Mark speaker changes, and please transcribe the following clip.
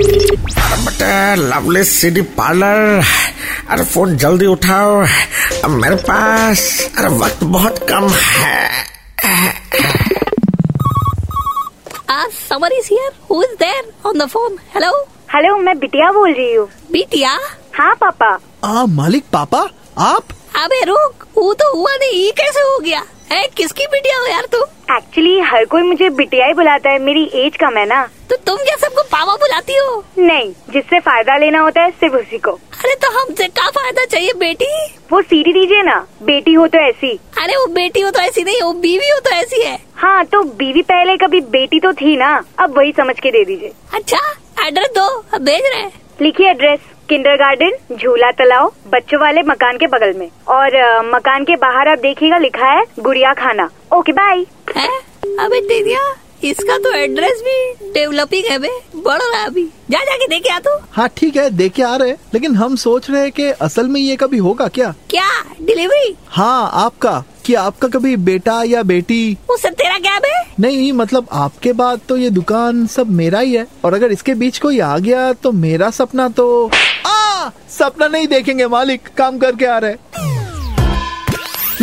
Speaker 1: But lovely city parlour अरे phone जल्दी उठाओ अब मेरे पास अरे वक्त बहुत कम है
Speaker 2: Uh, someone is here. Who is there on the phone? Hello?
Speaker 3: Hello मैं बिटिया बोल रही हूँ
Speaker 2: बिटिया
Speaker 3: हाँ पापा
Speaker 4: आ, मालिक पापा आप
Speaker 2: अबे रुक वो तो हुआ नहीं ये कैसे हो गया है किसकी बिटिया हो यार तुम
Speaker 3: एक्चुअली हर कोई मुझे बिटिया ही बुलाता है मेरी एज कम है ना
Speaker 2: तो तुम क्या सबको पावा बुलाती हो
Speaker 3: नहीं जिससे फायदा लेना होता है सिर्फ उसी को
Speaker 2: अरे तो हमसे क्या फायदा चाहिए बेटी
Speaker 3: वो सीढ़ी दीजिए ना बेटी हो तो ऐसी
Speaker 2: अरे वो बेटी हो तो ऐसी नहीं वो बीवी हो तो ऐसी है
Speaker 3: हाँ तो बीवी पहले कभी बेटी तो थी ना अब वही समझ के दे दीजिए
Speaker 2: अच्छा एड्रेस दो हम भेज रहे हैं
Speaker 3: लिखिए एड्रेस किंडर गार्डन झूला तालाव बच्चों वाले मकान के बगल में और अ, मकान के बाहर आप देखिएगा लिखा है गुड़िया खाना ओके बाय
Speaker 2: है? अबे तेरिया इसका तो एड्रेस भी डेवलपिंग है बे बढ़ रहा है अभी जा जाके देखे आ तू
Speaker 4: हाँ ठीक है देखे आ रहे लेकिन हम सोच रहे हैं कि असल में ये कभी होगा क्या
Speaker 2: क्या डिलीवरी
Speaker 4: हाँ आपका कि आपका कभी बेटा या बेटी
Speaker 2: उससे तेरा क्या बे
Speaker 4: नहीं मतलब आपके बाद तो ये दुकान सब मेरा ही है और अगर इसके बीच कोई आ गया तो मेरा सपना तो आ सपना नहीं देखेंगे मालिक काम करके आ रहे